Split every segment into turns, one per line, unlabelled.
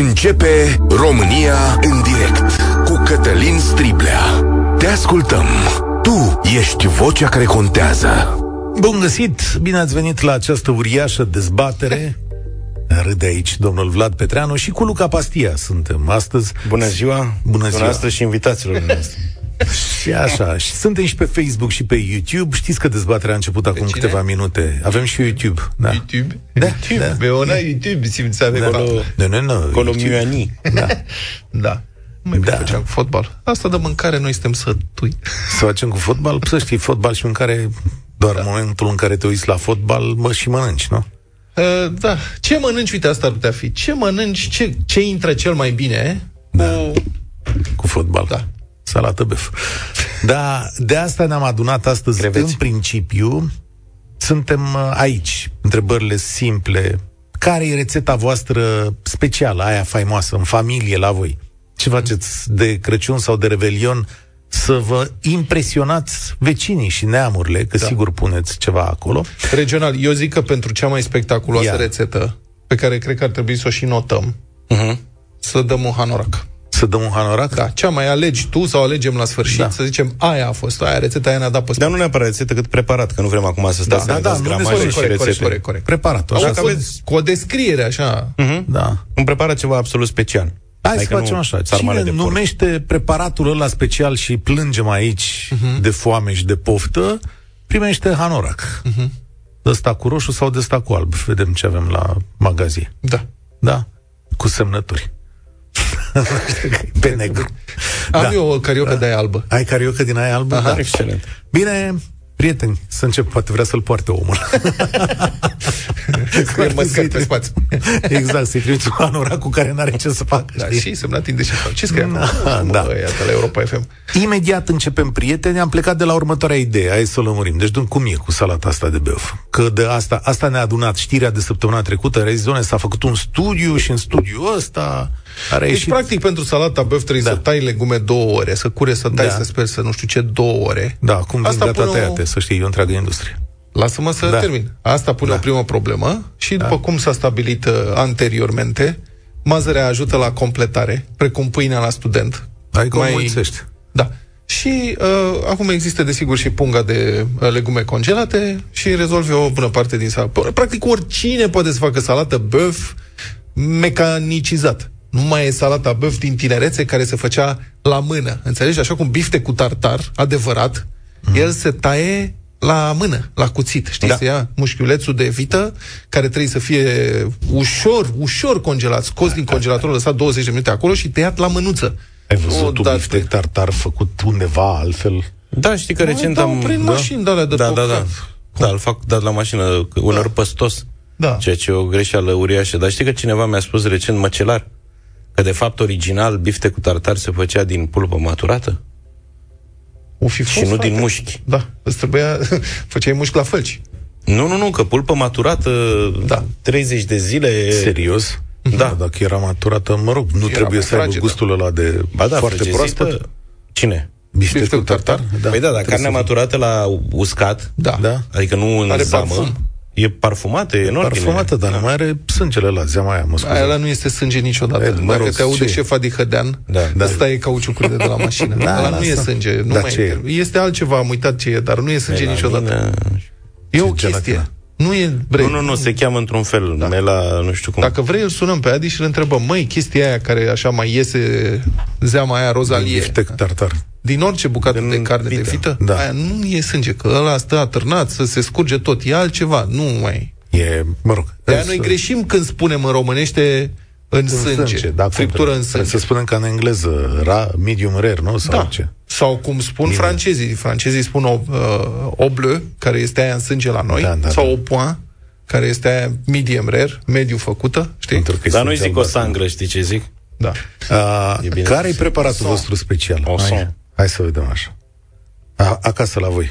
Începe România în direct cu Cătălin Striblea. Te ascultăm. Tu ești vocea care contează.
Bun găsit! Bine ați venit la această uriașă dezbatere. Râde aici domnul Vlad Petreanu și cu Luca Pastia suntem astăzi.
Bună ziua!
Bună ziua!
Dumneavoastră și invitațiilor noastre.
Și așa, și suntem și pe Facebook și pe YouTube. Știți că dezbaterea a început acum
cine?
câteva minute. Avem și YouTube. Da.
YouTube?
Da,
YouTube.
da.
Beona YouTube, simțeam
Da.
acolo.
Da, da, da.
Acolo
YouTube.
Mioani.
Da.
Da. Mai bine
Da.
făceam cu fotbal. Asta de mâncare, noi suntem sătui.
Să facem cu fotbal? Să știi, fotbal și mâncare... Doar da. momentul în care te uiți la fotbal, mă, și mănânci, nu?
Uh, da. Ce mănânci? Uite, asta ar putea fi. Ce mănânci? Ce, ce intră cel mai bine? Da.
Cu fotbal.
Da.
Salată băf. Da, de asta ne-am adunat astăzi.
Creveți.
În principiu, suntem uh, aici. Întrebările simple. Care e rețeta voastră specială, aia faimoasă, în familie, la voi? Ce faceți de Crăciun sau de Revelion să vă impresionați vecinii și neamurile, că da. sigur puneți ceva acolo.
Regional. Eu zic că pentru cea mai spectaculoasă
Ia.
Ia. rețetă, pe care cred că ar trebui să o și notăm,
Mhm.
să dăm un hanorac.
Să dăm un hanorac?
Da, cea mai alegi tu sau alegem la sfârșit,
Da.
da. să zicem, aia a fost, aia rețeta, aia ne-a dat pe
Dar nu neapărat rețetă, cât preparat, că nu vrem acum să stați
Da,
să ne
da,
dați
nu ne
gramaje
spune
corect,
și
corect, corect,
rețete.
corect, corect.
Preparat-o.
Au,
Așa.
cu,
Dacă aveți-
cu o descriere, așa.
Da.
Mhm. Îmi preparat ceva absolut special.
Hai să
Adică nu
facem așa.
sarmale
Cine
de porc.
numește preparatul ăla special și plângem aici
Mhm.
uh-huh. de foame și de poftă, primește hanorac.
Mhm.
Uh-huh. De ăsta cu roșu sau de ăsta cu alb. Vedem ce avem la magazin.
Da.
Da? Cu semnături. Pe negru.
Am
Da.
eu o carioca de aia albă.
Ai carioca din aia albă?
Aha.
Da.
Excelent.
Bine, prieteni, să încep. Poate vrea să-l poarte omul.
Cu el mă scăp pe spațiu.
exact, să-i trimiți un hanorac cu care n-are ce să facă.
Da,
știi?
și semnat de ce fac. Ce scrie
Da,
acolo?
da.
Da. Iată, la Europa FM.
Imediat începem, prieteni, am plecat de la următoarea idee, hai să o lămurim. Deci, dun, cum e cu salata asta de beuf? Că de asta, asta ne-a adunat știrea de săptămâna trecută, Rezone s-a făcut un studiu și în studiul ăsta a
Deci,
reieșit...
practic, pentru salata băf trebuie
Da.
să tai legume două ore, să cure, să tai,
Da.
să speri, să nu știu ce, două ore.
da, cum vin
Asta
gata
până o-
tăiate, să știi, e o întreagă industrie.
Lasă-mă să
Da.
termin. Asta pune o primă problemă și, după cum s-a stabilit uh, anteriormente, mazărea ajută la completare, precum pâinea la student.
Hai că Adică o mulțești.
Da. Și uh, acum există, desigur, și punga de uh, legume congelate și rezolvi o bună parte din salată. Practic, oricine poate să facă salată băf mecanicizat. Nu mai e salata băf din tinerețe care se făcea la mână. Înțelegi? Așa cum bifte cu tartar, adevărat, mm. el se taie la mână, la cuțit. Știi,
Da.
da. se ia mușchiulețul de vită, care trebuie să fie ușor, ușor congelat, scos din congelator, lăsat 20 de minute acolo și tăiat la mânuță.
Ai văzut
O
un
dată.
biftec tartar făcut undeva altfel?
Da, știi că recent
dau
am...
prin
da?
mașini de alea de
da, da, da.
tocat.
Da, îl fac dat la mașină, că uneori păstos.
Da.
Ceea ce e o greșeală uriașă. Dar știi că cineva mi-a spus recent măcelar că de fapt original bifte cu tartar se făcea din pulpă maturată
O fi fost,
și nu
frate.
din mușchi.
Da, îți trebuia... Făceai mușchi la fălci.
Nu, nu, nu, că pulpă maturată
Da.
30 de zile
Serios? Da. Dacă era maturată, mă rog, nu
Era
trebuie
mai
să aibă
fragedă.
gustul ăla de
Ba da,
foarte
frăgezită-
proaspăt.
Cine?
Biftecul
Biftecul
tartar?
tartar?
Da, păi da, dar
Trebuie
carnea
să-
maturată la uscat,
Da.
Da?
adică nu în
Are
zamă,
parfum.
e parfumată, e în ordine.
Parfumată,
Da.
dar nu mai are sângele la zeama aia,
Da.
mă
Aia
scuze.
la nu este sânge niciodată.
E,
E,
mă
Dacă
rog,
te aude
ce e?
șefa de hădean,
Da, da.
îți taie cauciucurile de la mașină.
Da,
Da, Ăla nu
lasă.
e sânge. Nu
Dar
mai
ce e?
e. Este altceva, am uitat ce e, dar nu e sânge niciodată. E o
gelatina.
chestie. Nu e
Nu,
brei.
nu, nu, se cheamă într-un fel, da. mela, nu știu cum.
Dacă vrei, îl sunăm pe Adi și îl întrebăm, măi, chestia aia care așa mai iese zeama aia rozalie,
Biftec tartar.
din orice bucată de carne de
vită.
vită,
Da.
aia nu e sânge, că ăla stă atârnat, să se scurge tot, e altceva, nu mai
E, mă rog.
de noi
însă-
greșim când spunem în românește în, în sânge, sânge
da,
friptură
trebuie.
în sânge.
Trebuie să spunem ca în engleză, ra, medium rare, nu? Sau
da.
ce?
Sau cum spun francezii. Francezii spun o, uh, obleu, care este aia în sânge la noi,
Da, da,
sau
da.
o point, care este aia medium rare, mediu făcută, știi?
Pentru că
Dar
sunt
nu-i zic o
albastră.
sangră, știi ce zic?
Da.
A,
E bine
Care e
să-
preparatul vostru special?
O
Hai,
son.
hai să vedem așa. A, acasă la voi.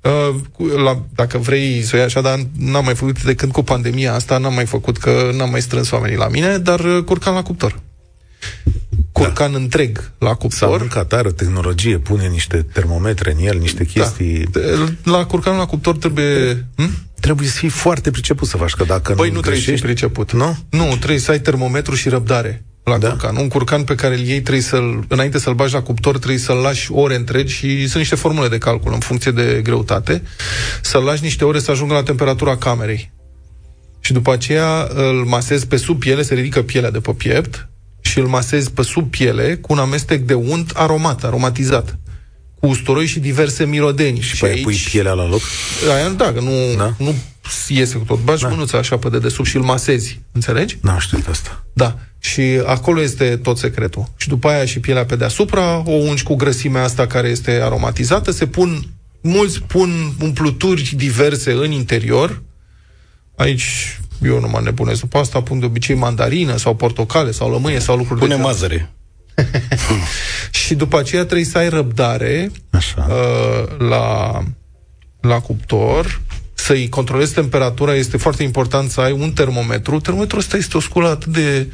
Uh, cu- la, dacă vrei să o iei așa, dar n-am mai făcut de când cu pandemia asta, n-am mai făcut că n-am mai strâns oamenii la mine, dar uh, curcan la cuptor. Curcan întreg la
Da. S-a
cuptor.
mâncat, are o tehnologie, pune niște termometre în el, niște chestii...
Da. La curcanul la cuptor trebuie... Hm?
trebuie să fii foarte priceput să faci, că dacă
Păi
nu
nu trebuie să fii
greșești,
priceput.
Nu?
Nu, trebuie să ai termometru și răbdare la da.
Da.
curcan. Un curcan pe care îl iei, trebuie să-l, înainte să-l bagi la cuptor, trebuie să-l lași ore întregi și sunt niște formule de calcul în funcție de greutate. Să-l lași niște ore să ajungă la temperatura camerei. Și după aceea îl masezi pe sub piele, se ridică pielea de pe piept și îl masezi pe sub piele cu un amestec de unt aromat, aromatizat cu usturoi și diverse mirodenii. Și,
și păi pui pielea la loc.
Aia, da, că nu, da.
Da.
nu iese cu tot. Bagi da. mânuța așa pe dedesubt și îl masezi. Înțelegi?
N-am știut asta.
Da. Și acolo este tot secretul. Și după aia și pielea pe deasupra, o ungi cu grăsimea asta care este aromatizată, se pun, mulți pun umpluturi diverse în interior. Aici eu nu mă nebunesc după asta, pun de obicei mandarină sau portocale sau lămâie sau lucruri
Pune
de genul.
mazăre.
Și după aceea trebuie să ai răbdare
Așa.
uh, la, la cuptor, să-i controlezi temperatura, este foarte important să ai un termometru. Termometrul ăsta este o sculă atât de,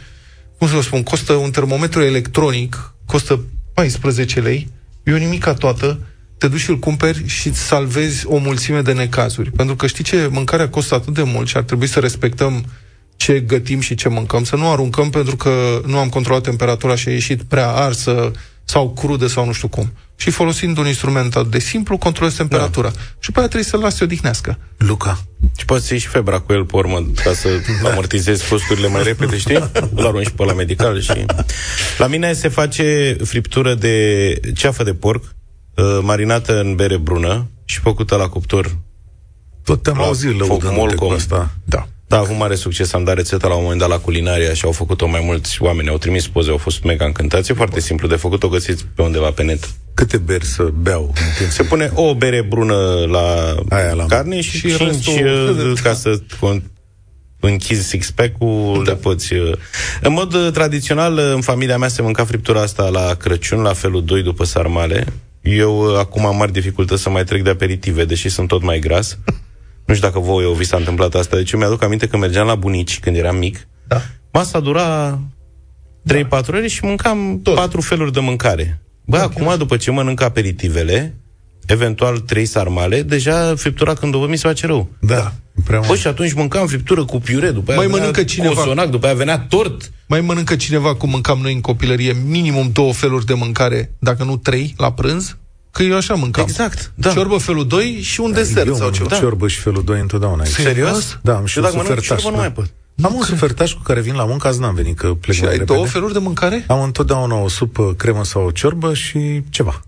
cum să vă spun, costă un termometru electronic, costă 14 lei, e o nimica toată, te duci și îl cumperi și îți salvezi o mulțime de necazuri. Pentru că știi ce? Mâncarea costă atât de mult și ar trebui să respectăm ce gătim și ce mâncăm, să nu aruncăm pentru că nu am controlat temperatura și a ieșit prea arsă sau crudă sau nu știu cum. Și folosind un instrument atât de simplu, controlezi temperatura. Da. Și pe aia trebuie să-l lasi să odihnească.
Luca,
Și poți să iei și febra cu el pe urmă ca să amortizezi costurile mai repede, știi? Îl arunci pe la medical și... La mine se face friptură de ceafă de porc, uh, marinată în bere brună și făcută la cuptor
tot te-am
La
auzit
foc
lăudându-te cu
molcom.
asta.
Da.
Da, avut mare succes, am dat rețeta la un moment dat la culinaria și au făcut-o mai mulți oameni, au trimis poze, au fost mega încântați. E foarte simplu de făcut, o găsiți pe undeva pe net.
Câte beri să beau în timp?
Se pune o bere brună la
Aia l-am.
carne și,
Și
și cinci
restul-
uh, ca să con- închizi six-pack-ul, da. le poți... uh. În mod uh, tradițional, uh, în familia mea se mânca friptura asta la Crăciun, la felul 2 după sarmale. Eu uh, acum am mari dificultăți să mai trec de aperitive, deși sunt tot mai gras. Nu știu dacă voi eu vi s-a întâmplat asta, deci eu mi-aduc aminte că mergeam la bunici când eram mic.
Da.
Masa dura 3-4
Da.
ore și mâncam
Tot.
Tot. 4 feluri de mâncare. Bă, acum, după ce mănânc aperitivele, eventual 3 sarmale, deja friptura când o văd mi se face rău.
Da, prea
Bă,
mult.
și atunci mâncam friptură cu piure, după aia
Mai
venea
mănâncă cineva.
cozonac, după aia venea tort.
Mai mănâncă cineva cum mâncam noi în copilărie minimum două feluri de mâncare, dacă nu trei, la prânz? Că eu așa mâncam.
Exact, da.
Ciorbă felul 2 și un desert
Eu
sau
mănânc
ceva.
ciorbă și felul 2 întotdeauna. aici.
Serios?
Da, am și
Eu
un
dacă mănânc
sufertaș.
ciorbă, nu
da.
mai pot.
Am un sufertaș cu care vin la muncă, azi n-am venit, că plec
Și
mai
ai
repede.
două feluri de mâncare?
Am întotdeauna o supă, cremă sau o ciorbă și ceva.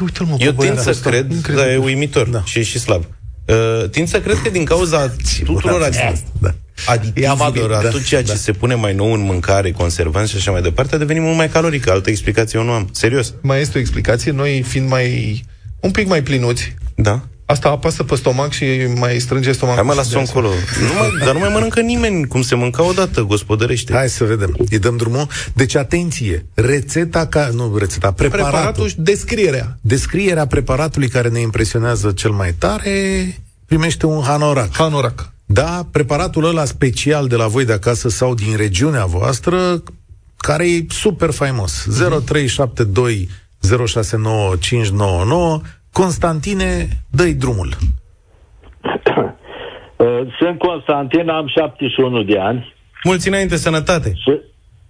Eu uite-l mă,
Eu
bă,
tind să
ăsta.
cred,
Incredibil.
dar e uimitor da. și e și slab. Uh, tind să cred că din cauza tuturor adic-
Da.
aditivilor,
amabil, da.
da, tot ceea ce da. se pune mai nou în mâncare, conservanți și așa mai departe, a devenit mult mai caloric. Altă explicație eu nu am. Serios.
Mai este o explicație, noi fiind mai un pic mai plinuți,
Da.
asta apasă pe stomac și mai strânge stomacul.
Hai mă,
și
lasă-o
de asta.
încolo. Nu mai, dar nu mai mănâncă nimeni cum se mânca odată, gospodărește.
Hai să vedem. Îi dăm drumul. Deci, atenție! Rețeta ca... Nu, rețeta, preparatul.
Preparatul și descrierea.
Descrierea preparatului care ne impresionează cel mai tare primește un hanorac.
Hanorac.
Da, preparatul ăla special de la voi de acasă sau din regiunea voastră, care e super faimos.
Mhm.
0372 069599 Constantine, dă-i drumul.
Uh, Sunt Constantin, am 71 de ani
Mulți înainte, sănătate.
și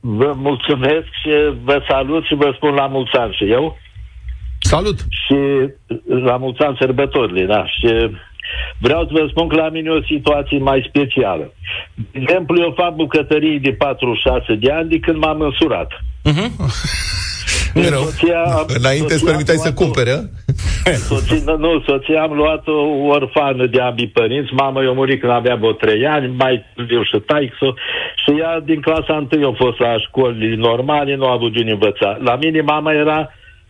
vă mulțumesc și vă salut și vă spun la mulți ani și eu
Salut!
și la mulți ani sărbătorile, da, și vreau să vă spun că la mine e o situație mai specială. De exemplu, eu fac bucătării de 46 de ani de când m-am însurat.
Mhm.
Nu e rău.
Soția-
Înainte îți
soția
permiteai
a
să
luat o-
cumpere, a?
Soția, nu, soția am luat o orfană de ambii părinți. Mama i-a murit când avea vreo trei ani, mai târziu și taixo. Și ea din clasa întâi a fost la școli normale, nu a avut de unde învăța. La mine mama era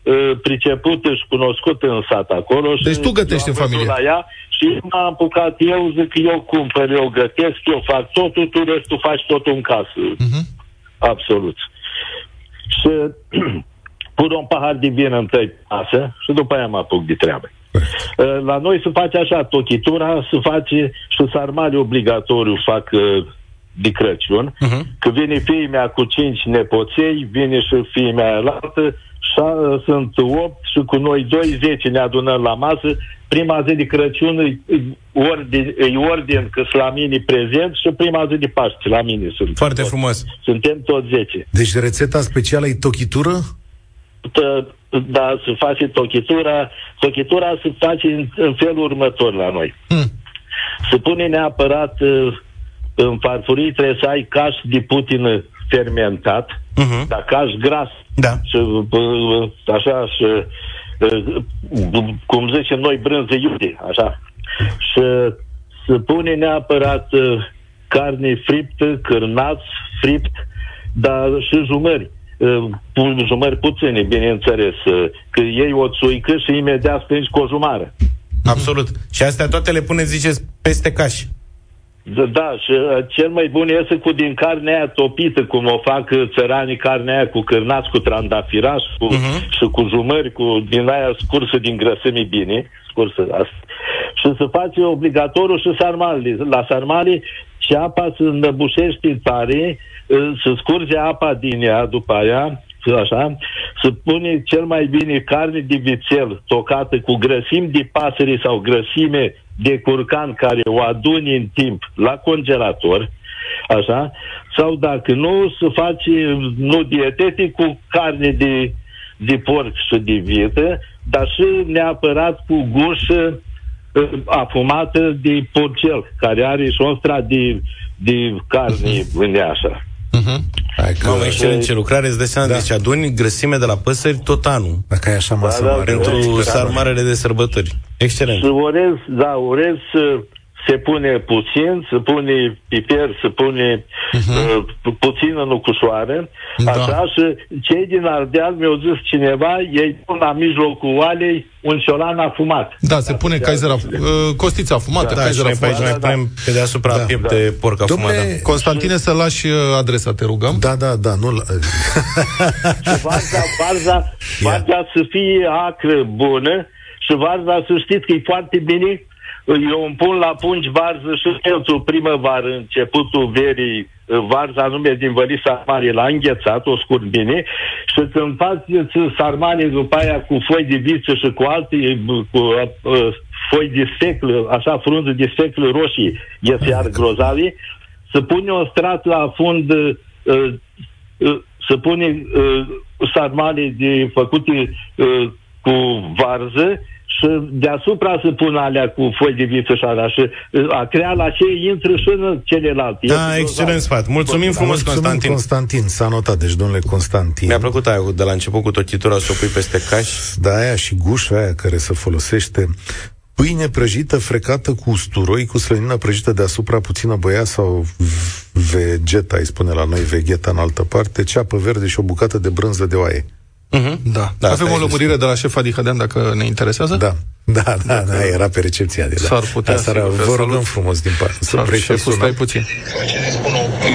uh, pricepută și cunoscută în sat acolo. Și
Deci tu gătești
eu am
în familie.
văzut La ea și m-am apucat eu, zic, eu cumpăr, eu gătesc, eu fac totul, tu restul faci totul în casă.
Mhm.
Absolut. Și pun un pahar de vin întâi masă și după aia mă apuc de treabă. Uh, La noi se face așa, tochitura se face și sarmale obligatoriu fac uh, de
Mhm.
Crăciun, uh-huh. că vine fiii mea cu cinci nepoței, vine și fiii mea la altă șa- sunt 8 și cu noi 2, 10 ne adunăm la masă. Prima zi de Crăciun îi ordin, îi ordin că sunt la mine prezent și prima zi de Paște la mine sunt.
Foarte frumos.
Suntem toți 10.
Deci rețeta specială e tochitură?
Tă- Da, se face tochitura. Tochitura se face în, în felul următor la noi.
Hmm.
Mm.
Se pune neapărat uh, în farfurii trebuie să ai caș de putină fermentat,
Mhm.
dar caș gras
Da.
și, bă, așa, și, uh, cum zicem noi, brânză iute, așa. Și se pune neapărat uh, carne friptă, cârnați, fript, dar și jumări. Uh, pu- Jumări puține, bineînțeles. uh, Că iei o țuică și imediat strângi cu o jumară.
Absolut. Și astea toate le puneți, ziceți, peste caș.
Da, Da, și uh, cel mai bun este cu din carnea aia topită, cum o fac uh, țăranii carnea aia cu cârnați, cu trandafiraș, cu,
Mhm.
uh-huh. și cu jumări, cu din aia scursă din grăsimi bine, scursă asta. Și se face obligatoriu și sarmale. La sarmale și apa se înnăbușește tare, uh, se scurge apa din ea după aia, așa, se pune cel mai bine carne de vițel tocată cu grăsimi de pasăre sau grăsime de curcan care o aduni în timp la congelator, așa, sau dacă nu, se face nu dietetic cu carne de, de porc și de vită, dar și neapărat cu gușă uh, afumată de porcel, care are și ostra de, de carne în ea așa.
Hai că,
Mhm. Mamă, excelent ce lucrare, îți dai seama, da. deci aduni grăsime de la păsări tot anul.
dacă e așa masă
Da, da,
mare.
Pentru
da.
sarmarele de sărbători. Excelent.
Și orez, da, orez uh, se pune puțin, se pune piper, se pune uh-huh. uh, puțină nucușoară,
Da.
da. așa, și cei din Ardeal mi-au zis cineva, ei pun la mijlocul oalei un ciolan afumat.
Da, se pune Kaiser af- uh, costița afumată,
Da, și
Kaiser
noi pe aici
afumată.
mai
da, da.
punem pe deasupra
Da.
piept de porc afumat. Da.
Dom'le,
Constantine, să lași uh, adresa, te rugăm.
da, da, da, nu... la-
Și varza, varza, varza să fie acră bună și varza să știți că e foarte bine. Eu îmi pun la pungi varză și pelțul primăvară, începutul verii, varza nume din Vălisa Mare, l-a înghețat, o scurt bine, și când faceți sarmale după aia cu foi de viță și cu alte, cu uh, foi de sfeclă, așa, frunze de sfeclă roșii, iese iar grozavii, să pune o strat la fund uh, uh, să pune uh, sarmale de, făcute uh, cu varză și deasupra să pun alea cu foi de viță și alea și uh, a crea la ce intră și în celelalte.
Da, excelent sfat. Mulțumim frumos,
uh, Mulțumim,
Constantin.
Constantin, s-a notat, deci domnule Constantin.
Mi-a plăcut aia cu- de la început cu tochitura să o pui peste caș.
Da, aia și gușa aia care se folosește pâine prăjită, frecată cu usturoi, cu slănină prăjită deasupra, puțină băia sau v- vegeta, îi spune la noi vegheta în altă parte, ceapă verde și o bucată de brânză de oaie. Mhm.
Da.
Da,
da
asta
Avem
e
o lămurire de la șef Adi Hadean, dacă ne interesează.
Da. Da, da, da, da, era pe recepția de la.
S-ar putea,
Asta era,
sigur,
vă
salut.
rugăm frumos din partea. Să
Sau
vrei să
șeful,
sună.
stai puțin.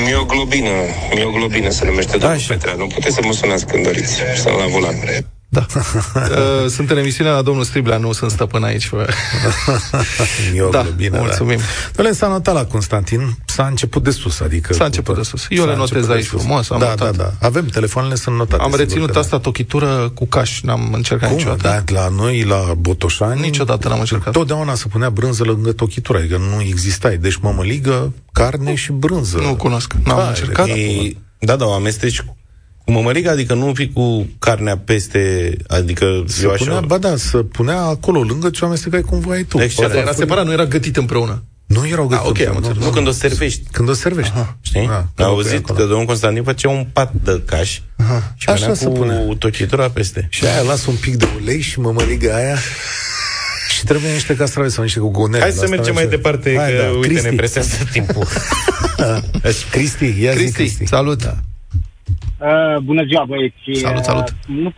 Mioglobină, mioglobină se numește domnul
Așa.
Petra. Nu puteți să mă sunați când doriți. Stau la volan.
Da. Uh, sunt în emisiunea la domnul Striblea, nu sunt stăpân aici.
Eu,
Da,
bine,
mulțumim.
Da. Dom'le, s-a notat la Constantin, s-a început de sus, adică...
S-a început de sus. Eu
S-a
le notez
început de
aici
sus.
frumos, am
da,
notat.
da, da. Avem, telefoanele sunt notate.
Am
sigur că
reținut
da.
asta tochitură cu caș, n-am încercat
Cum?
niciodată.
Da, la noi, la Botoșani...
Niciodată n-am încercat.
Totdeauna se punea brânză lângă tochitura, adică nu exista. Deci mămăligă, carne și brânză.
Nu cunosc, n-am
Da,
încercat.
E, da, da, o amesteci cu cu mămăligă, adică nu fi cu carnea peste, adică
Se
eu
punea,
așa...
ba da, se punea acolo lângă ce amestecai cum voiai tu.
Excelent.
Asta Deci, era separat, nu era gătit împreună.
Nu erau
Ah, ok,
gătite.
am înțeles.
Nu Da, când o servești,
Când o servești.
știi?
Ah,
Am
când o pui
auzit
acolo.
că domnul Constantin făcea un pat de caș și
Așa
venea
se
cu
punea.
tochitura peste.
Și aia las un pic de ulei și mămăliga aia și trebuie niște castraveți sau niște cugunele.
Hai să
Asta
mergem
așa.
mai departe,
Hai,
că
da,
uite,
Cristi.
ne presează timpul. Deci,
Cristi, ia zi,
Cristi,
Cristi.
salut!
Uh, bună ziua, băieți.
Salut, salut.
Uh, Nu,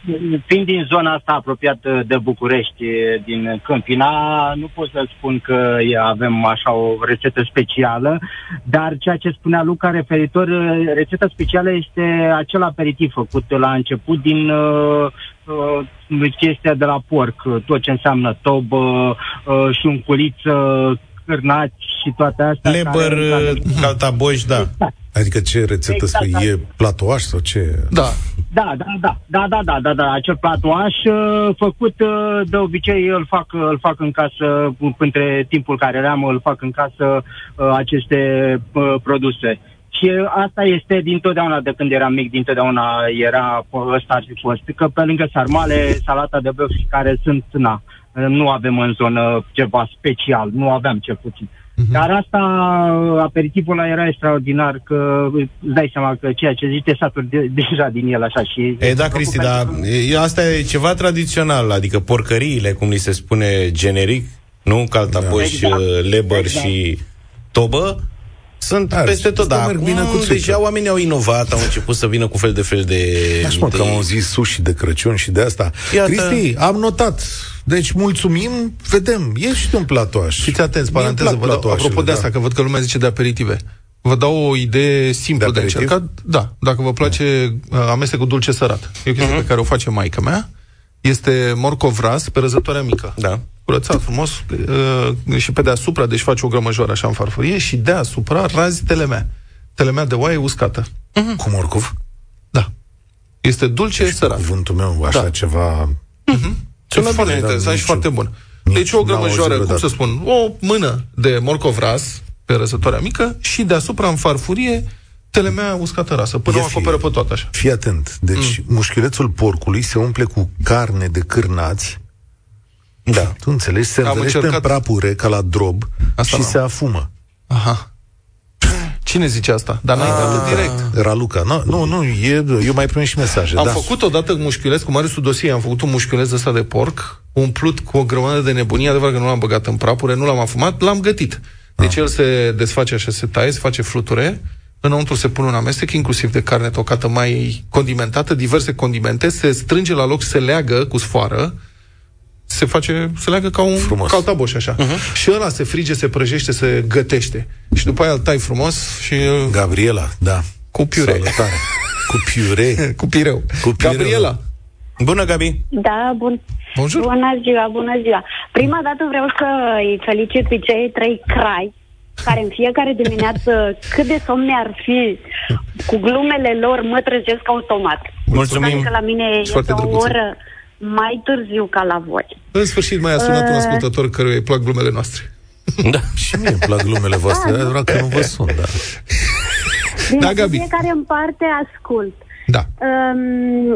fiind din zona asta apropiată de București, eh, din Câmpina, nu pot să spun că e- avem așa o rețetă specială, dar ceea ce spunea Luca referitor, eh, rețeta specială este acel aperitiv făcut la început din uh, uh, chestia de la porc, uh, tot ce înseamnă tobă, uh, șunculiță, cârnați și toate astea. care-
uh,
Leber,
care-
caltaboj, da.
Adică ce rețetă
Exact
exact, spui?
asta.
E platoaș sau ce?
Da.
Da, da, da, da, da, da, da, da, acel platoaș uh, făcut uh, de obicei îl fac, uh, îl fac în casă, p- între timpul care eram, îl fac în casă uh, aceste uh, produse. Și uh, asta este dintotdeauna, de când eram mic, dintotdeauna era po- ăsta ar fi fost. Că pe lângă sarmale, salata de băf care sunt, na, nu avem în zonă ceva special, nu aveam cel puțin.
Mhm.
Dar asta, uh, aperitivul ăla era extraordinar, că îți dai seama că ceea ce zici te saturi de, deja din el așa și...
E, da, Cristi, dar e, asta e ceva tradițional, adică porcăriile, cum li se spune generic, nu? Caltapoși,
Da.
da. lebăr
Exact.
și tobă, sunt
Are,
peste tot,
ăsta
dar
merg
acum
bine cu
deja
sucul.
oamenii au inovat, au început să vină cu fel de fel de...
Aș mă, că
idei.
am auzit sushi de Crăciun și de asta.
Iată.
Cristi, am notat. Deci mulțumim, vedem. Ești un da. platoaș.
Fiți atenți,
Mie îmi
paranteză,
plac
vă dau,
platoașele,
apropo de asta, că văd că lumea zice de aperitive. Vă dau o idee simplă
De
de, de
aperitiv?
încercat. Da, dacă vă place uh, amestecul dulce sărat. E o chestie
Mhm.
pe care o face maica mea. Este morcov ras pe răzătoarea mică.
Da.
Curățat frumos uh, și pe deasupra, deci faci o grămăjoară așa în farfurie și deasupra razi telemea. Telemea de oaie uscată.
Mhm. Cu morcov? Deci,
Da. Este dulce sărat.
Cuvântul meu, așa
Da. Mhm.
ceva...
Sună
Foarte da,
bine, interesant
nici-
și foarte bun.
nici
Deci o
n-am auzit
grămăjoară, cum
vreodată.
să spun, o mână de morcov ras pe răsătoarea mică și deasupra în farfurie telemea uscată rasă, până
Ia
o
fi.
acoperă pe toată așa.
Fii atent. Deci mm. mușchiulețul porcului se umple cu carne de cârnați.
Da.
Tu înțelegi? Se
Am
învelește
încercat-
în prapure, ca la drob,
Asta
și
n-am.
se afumă.
Aha. Cine zice asta? Dar n-ai dat direct.
Ah. Raluca. No, nu, nu, e, eu mai primesc și mesaje.
Am
da.
făcut odată mușchiuleț cu Marius Sudosie, am făcut un mușchiuleț ăsta de porc, umplut cu o grămadă de nebunie, adevărat că nu l-am băgat în prapure, nu l-am afumat, l-am gătit. Deci
Ah.
el se desface așa, se taie, se face fluture, înăuntru se pune un amestec, inclusiv de carne tocată mai condimentată, diverse condimente, se strânge la loc, se leagă cu sfoară, se face, se leagă ca un
Frumos. Mhm.
caltaboș așa. Uh-huh. Și ăla se frige, se prăjește, se gătește. Și după aia îl tai frumos și îl-
Gabriela, da.
Cu piure.
Salutare. Cu piure.
cu pireu.
Cu pireu.
Gabriela.
Bună, Gabi!
Da, bun.
Bonjour.
Bună ziua, bună ziua. Prima dată vreau să îi felicit pe cei trei crai care în fiecare dimineață, cât de somni ar fi, cu glumele lor mă trezesc automat.
Mulțumim.
Că la mine
foarte
este o
drăguțe.
oră mai târziu ca la voi.
În sfârșit mai a sunat un ascultător căruia îi plac glumele noastre.
Da.
Și mie îmi plac glumele voastre, dar vreau că nu vă sun, da.
Din
Da, Gabi.
fiecare în parte ascult.
Da.
Um,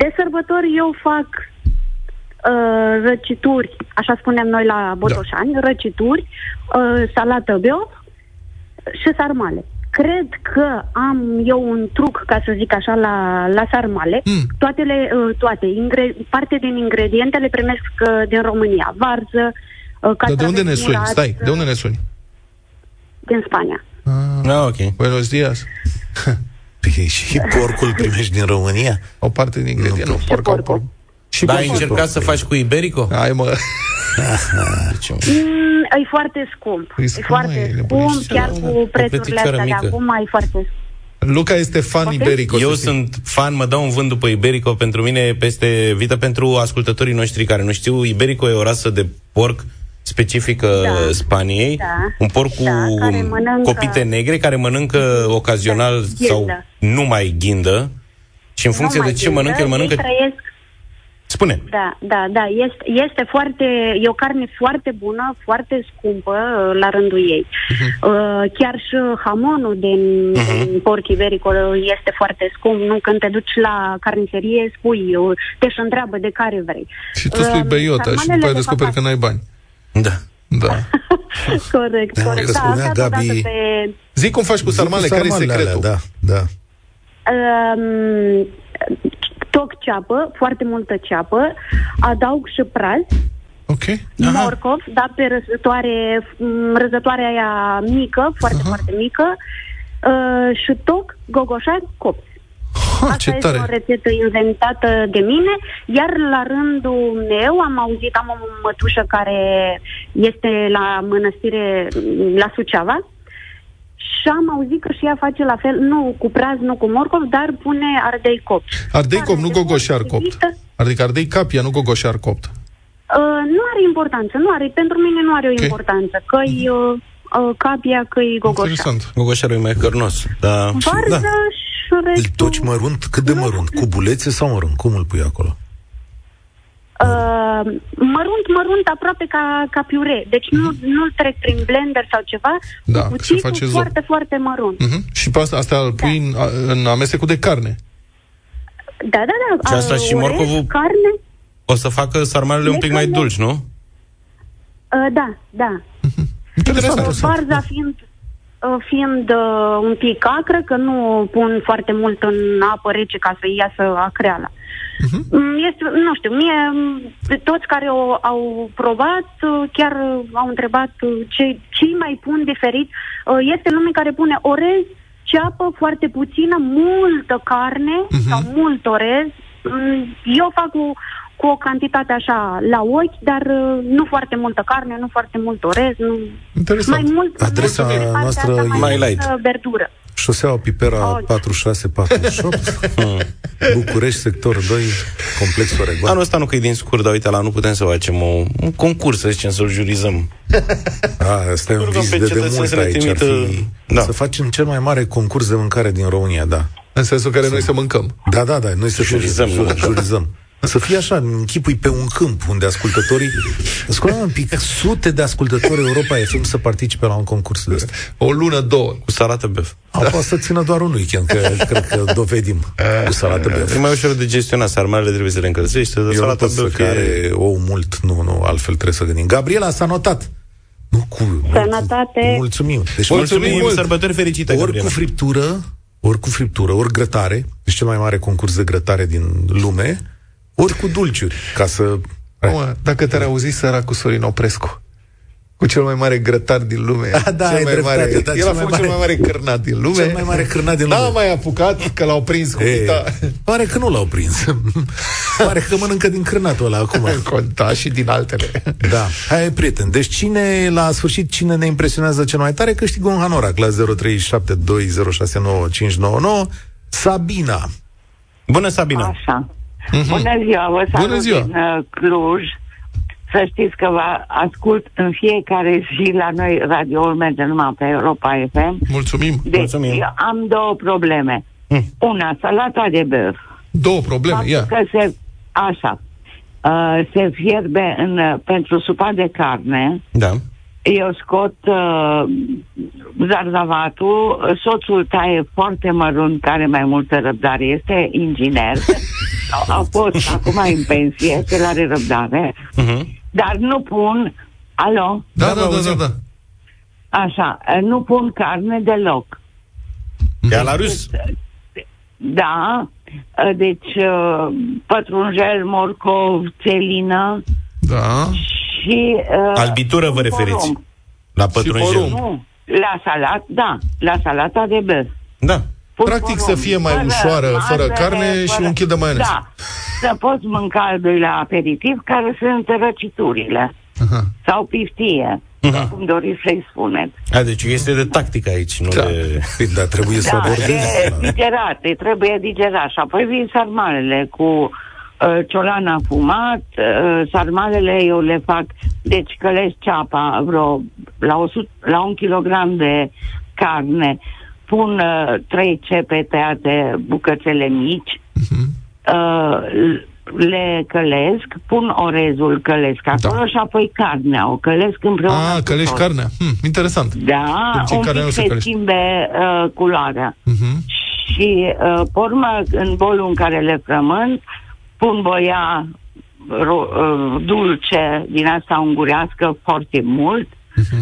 de sărbători eu fac uh, răcituri, așa spunem noi la Botoșani, da. răcituri, uh, salată bio și sarmale. Cred că am eu un truc, ca să zic așa, la, la sarmale. Mm. Toate, le, uh, toate ingre, parte din ingrediente le primesc uh, din România. Varză, uh,
Dar de
castraveți
unde ne suni?
murați,
Stai, de unde ne suni?
Din Spania.
Ah, ok.
Buenos dias.
Păi Și porcul primești din România?
O parte din ingrediente. Nu, porc au
porcul.
porc. Da, Și
Dar ai
porcul.
încercat să faci cu Iberico?
Hai mă,
Deci, um,
Mm, e foarte scump.
Păi E
E,
scump, măi,
foarte
nebunește.
scump, chiar
Da,
cu prețurile
plicticoară
astea de
mică.
acum e foarte scump.
Luca este fan iberic. o să
Eu
știi.
sunt fan, mă dau un vânt după Iberico pentru mine e peste vită pentru ascultătorii noștri care nu știu, Iberico e o rasă de porc specifică
Da.
Spaniei,
Da.
un porc cu
Da, care mănâncă-
copite negre care mănâncă ocazional
Da,
sau
ghindă.
numai ghindă și în funcție
Nu mai
de ce
ghindă,
mănâncă, el
ei
mănâncă...
Trăiesc,
Spune!
da, da, da, este, este foarte, e o carne foarte bună, foarte scumpă uh, la rândul ei. Uh, Chiar și hamonul din, din porc iberic uh, este foarte scump, nu? Când te duci la carnicerie, spui, uh, te și întreabă de care vrei.
Și tu spui
Um,
beiota și
sarmalele
după aia
de
descoperi
patate.
că n-ai bani.
Da.
Da.
Corect, corect. Da,
spunea
asta
Gabi-
odată pe...
Zi cum faci cu sarmale, care e
Sarmalele alea,
secretul?
Da, da.
Um, toc ceapă, foarte multă ceapă, adaug și praz,
Ok.
Aha. morcov, da, pe răzătoare, m, răzătoarea aia mică, foarte, Aha. foarte mică, uh, și toc, gogoșani, copți.
Ha, ce
Asta este o
tare.
rețetă inventată de mine, iar la rândul meu am auzit, am o mătușă care este la mănăstire m, la Suceava și am auzit că și ea face la fel, nu cu praz, nu cu morcov, dar pune ardei copți.
Ardei
Care
copt, nu
este
gogoșar copt.
potrivită.
Adică ardei capia, nu gogoșar copt.
Uh, nu are importanță, nu are, pentru mine nu are o
Ok.
importanță, că e uh, uh, capia, căi gogoșa.
Interesant.
Gogoșarul e mai cărnos. Da.
Varză
da.
și restul...
Îl toci mărunt? Cât de mărunt? Cu bulețe sau mărunt? Cum îl pui acolo?
Uh, mărunt, mărunt, aproape ca, ca piure. Deci nu, nu-l trec prin blender sau ceva.
Da,
cu
că Mhm. se
cuțitul
face zon.
foarte, foarte mărunt.
Mm-hmm. Și pe asta, asta îl pui în, a- în amestecul de carne. Mhm.
Da, da, da.
Și asta
uh,
și
orez,
morcovul-
carne.
O să facă sarmalele un pic mai dulci, nu?
Uh, da, da.
Interesant.
Varza Deci, fiind, uh, fiind uh, un pic acră, că nu o pun foarte mult în apă rece ca să iasă acreala.
Mhm.
Mm, Este, nu știu, mie, mm, toți care o, au probat, uh, chiar uh, au întrebat uh, ce, ce mai pun diferit. Uh, Este lume care pune orez și apă foarte puțină, multă carne
Mhm.
sau mult orez. Mm, Eu fac cu, cu o cantitate așa la ochi, dar uh, nu foarte multă carne, nu foarte mult orez, nu
Interesant.
mai mult
Adresa
mai mult,
noastră
partea
e-
asta
Mai
mai
light.
light. verdură.
Șoseaua Pipera
Oh.
4648 București, sector 2 Complex Oregon
Anul ăsta nu că e din scurt, dar uite la nu putem să facem o, un concurs, să zicem, să-l jurizăm.
Ah, Asta e un
Rugăm
vis
pe
de
cetățeni
demult
să ne
aici ar
trimită-
fi...
Da.
Să facem cel mai mare concurs de mâncare din România, da
În sensul în care noi să mâncăm.
Da, da, da, noi să
Jurizăm,
să-
nu?
jurizăm. Să fie așa, închipui pe un câmp unde ascultătorii... Scoate un pic, sute de ascultători Europa FM să participe la un concurs de ăsta.
O lună, două.
Cu salată băf.
Da. Poate să țină doar un weekend, că cred că dovedim cu salată
Eh, E
băf.
mai ușor de gestionat, sarmalele trebuie să le încălzești, dar
Eu nu
salata
pot să
băf e...
care ou mult, nu, nu, altfel trebuie să gândim. Gabriela s-a notat. Nu cu...
Sănătate.
Mulțumim. Deci
Mulțumim,
Mulțumim mult.
sărbători fericite,
ori cu
Gabriela.
friptură, ori cu friptură, ori grătare, deci cel mai mare concurs de grătare din lume, ori cu dulciuri, ca să...
Mă, dacă te-ar auzi săracul Sorin Oprescu cu cel mai mare grătar din lume.
Ah, da, ai
cel mai
dreptate,
mare,
da,
el
cel
a
mai
fost cel mai mare cârnat din lume. Da,
Cel mai mare cârnat din
N-a
lume.
mai apucat că l-au prins cu
E,
pita
pare că nu l-au prins. pare că mănâncă din crânatul ăla acum.
conta și din altele.
Da. Hai, prieten. Deci cine, la sfârșit, cine ne impresionează cel mai tare, câștigă un hanorac la 0372069599. Sabina.
Bună, Sabina!
Așa. Bună ziua, vă salut
Mhm. Bună ziua.
din uh, Cluj. Să știți că vă ascult în fiecare zi la noi, radioul merge numai pe Europa FM.
Mulțumim. Hmm.
Deci
Mulțumim.
eu am două probleme. Una, salata de băf.
Două probleme, ia.
Că se, așa, uh, se fierbe în, uh, pentru supa de carne.
Da.
Eu scot uh, zardavatul, soțul taie foarte mărunt, care mai multă răbdare, este inginer, a, a fost acum în pensie, că are răbdare,
Mhm.
dar nu pun, alo,
Da,
Da,
da, da, da,
auzim.
da.
așa, nu pun carne deloc.
Ea la rus.
Da, uh, deci uh, pătrunjel, morcov, țelină
da.
și... Uh,
Albitură vă
un
referiți.
porumb.
La
porumb.
pătrunjel.
Nu, la salat, da, la salata de băf.
Da.
Pun
Practic
porumb.
să fie mai
Fără
ușoară, fără carne și un kil de maioneză.
Da, să poți mânca al doilea aperitiv, care sunt răciturile.
Aha.
Sau piftie,
Mhm.
cum doriți să-i spuneți.
A, deci este de tactică aici, nu
Da.
de...
Păi, da, trebuie să
Da,
abordez.
e digerat, e- trebuie digerat. Și apoi vin sarmalele cu uh, ciolana fumat, uh, sarmalele eu le fac, deci călesc ceapa vreo la, 100, la un kilogram de carne, pun uh, trei cepe tăiate bucățele mici, uh, le călesc, pun orezul călesc acolo și apoi carnea o călesc împreună.
A,
cu
Ah, călești
tot.
carnea. Hm, interesant.
Da,
Deci în
un
care nu
pic
se
se
călește.
schimbe uh, culoarea.
Mhm.
Și, uh, pe urmă, în bolul în care le frământ, pun boia ro- uh, dulce din asta ungurească foarte mult
Mhm.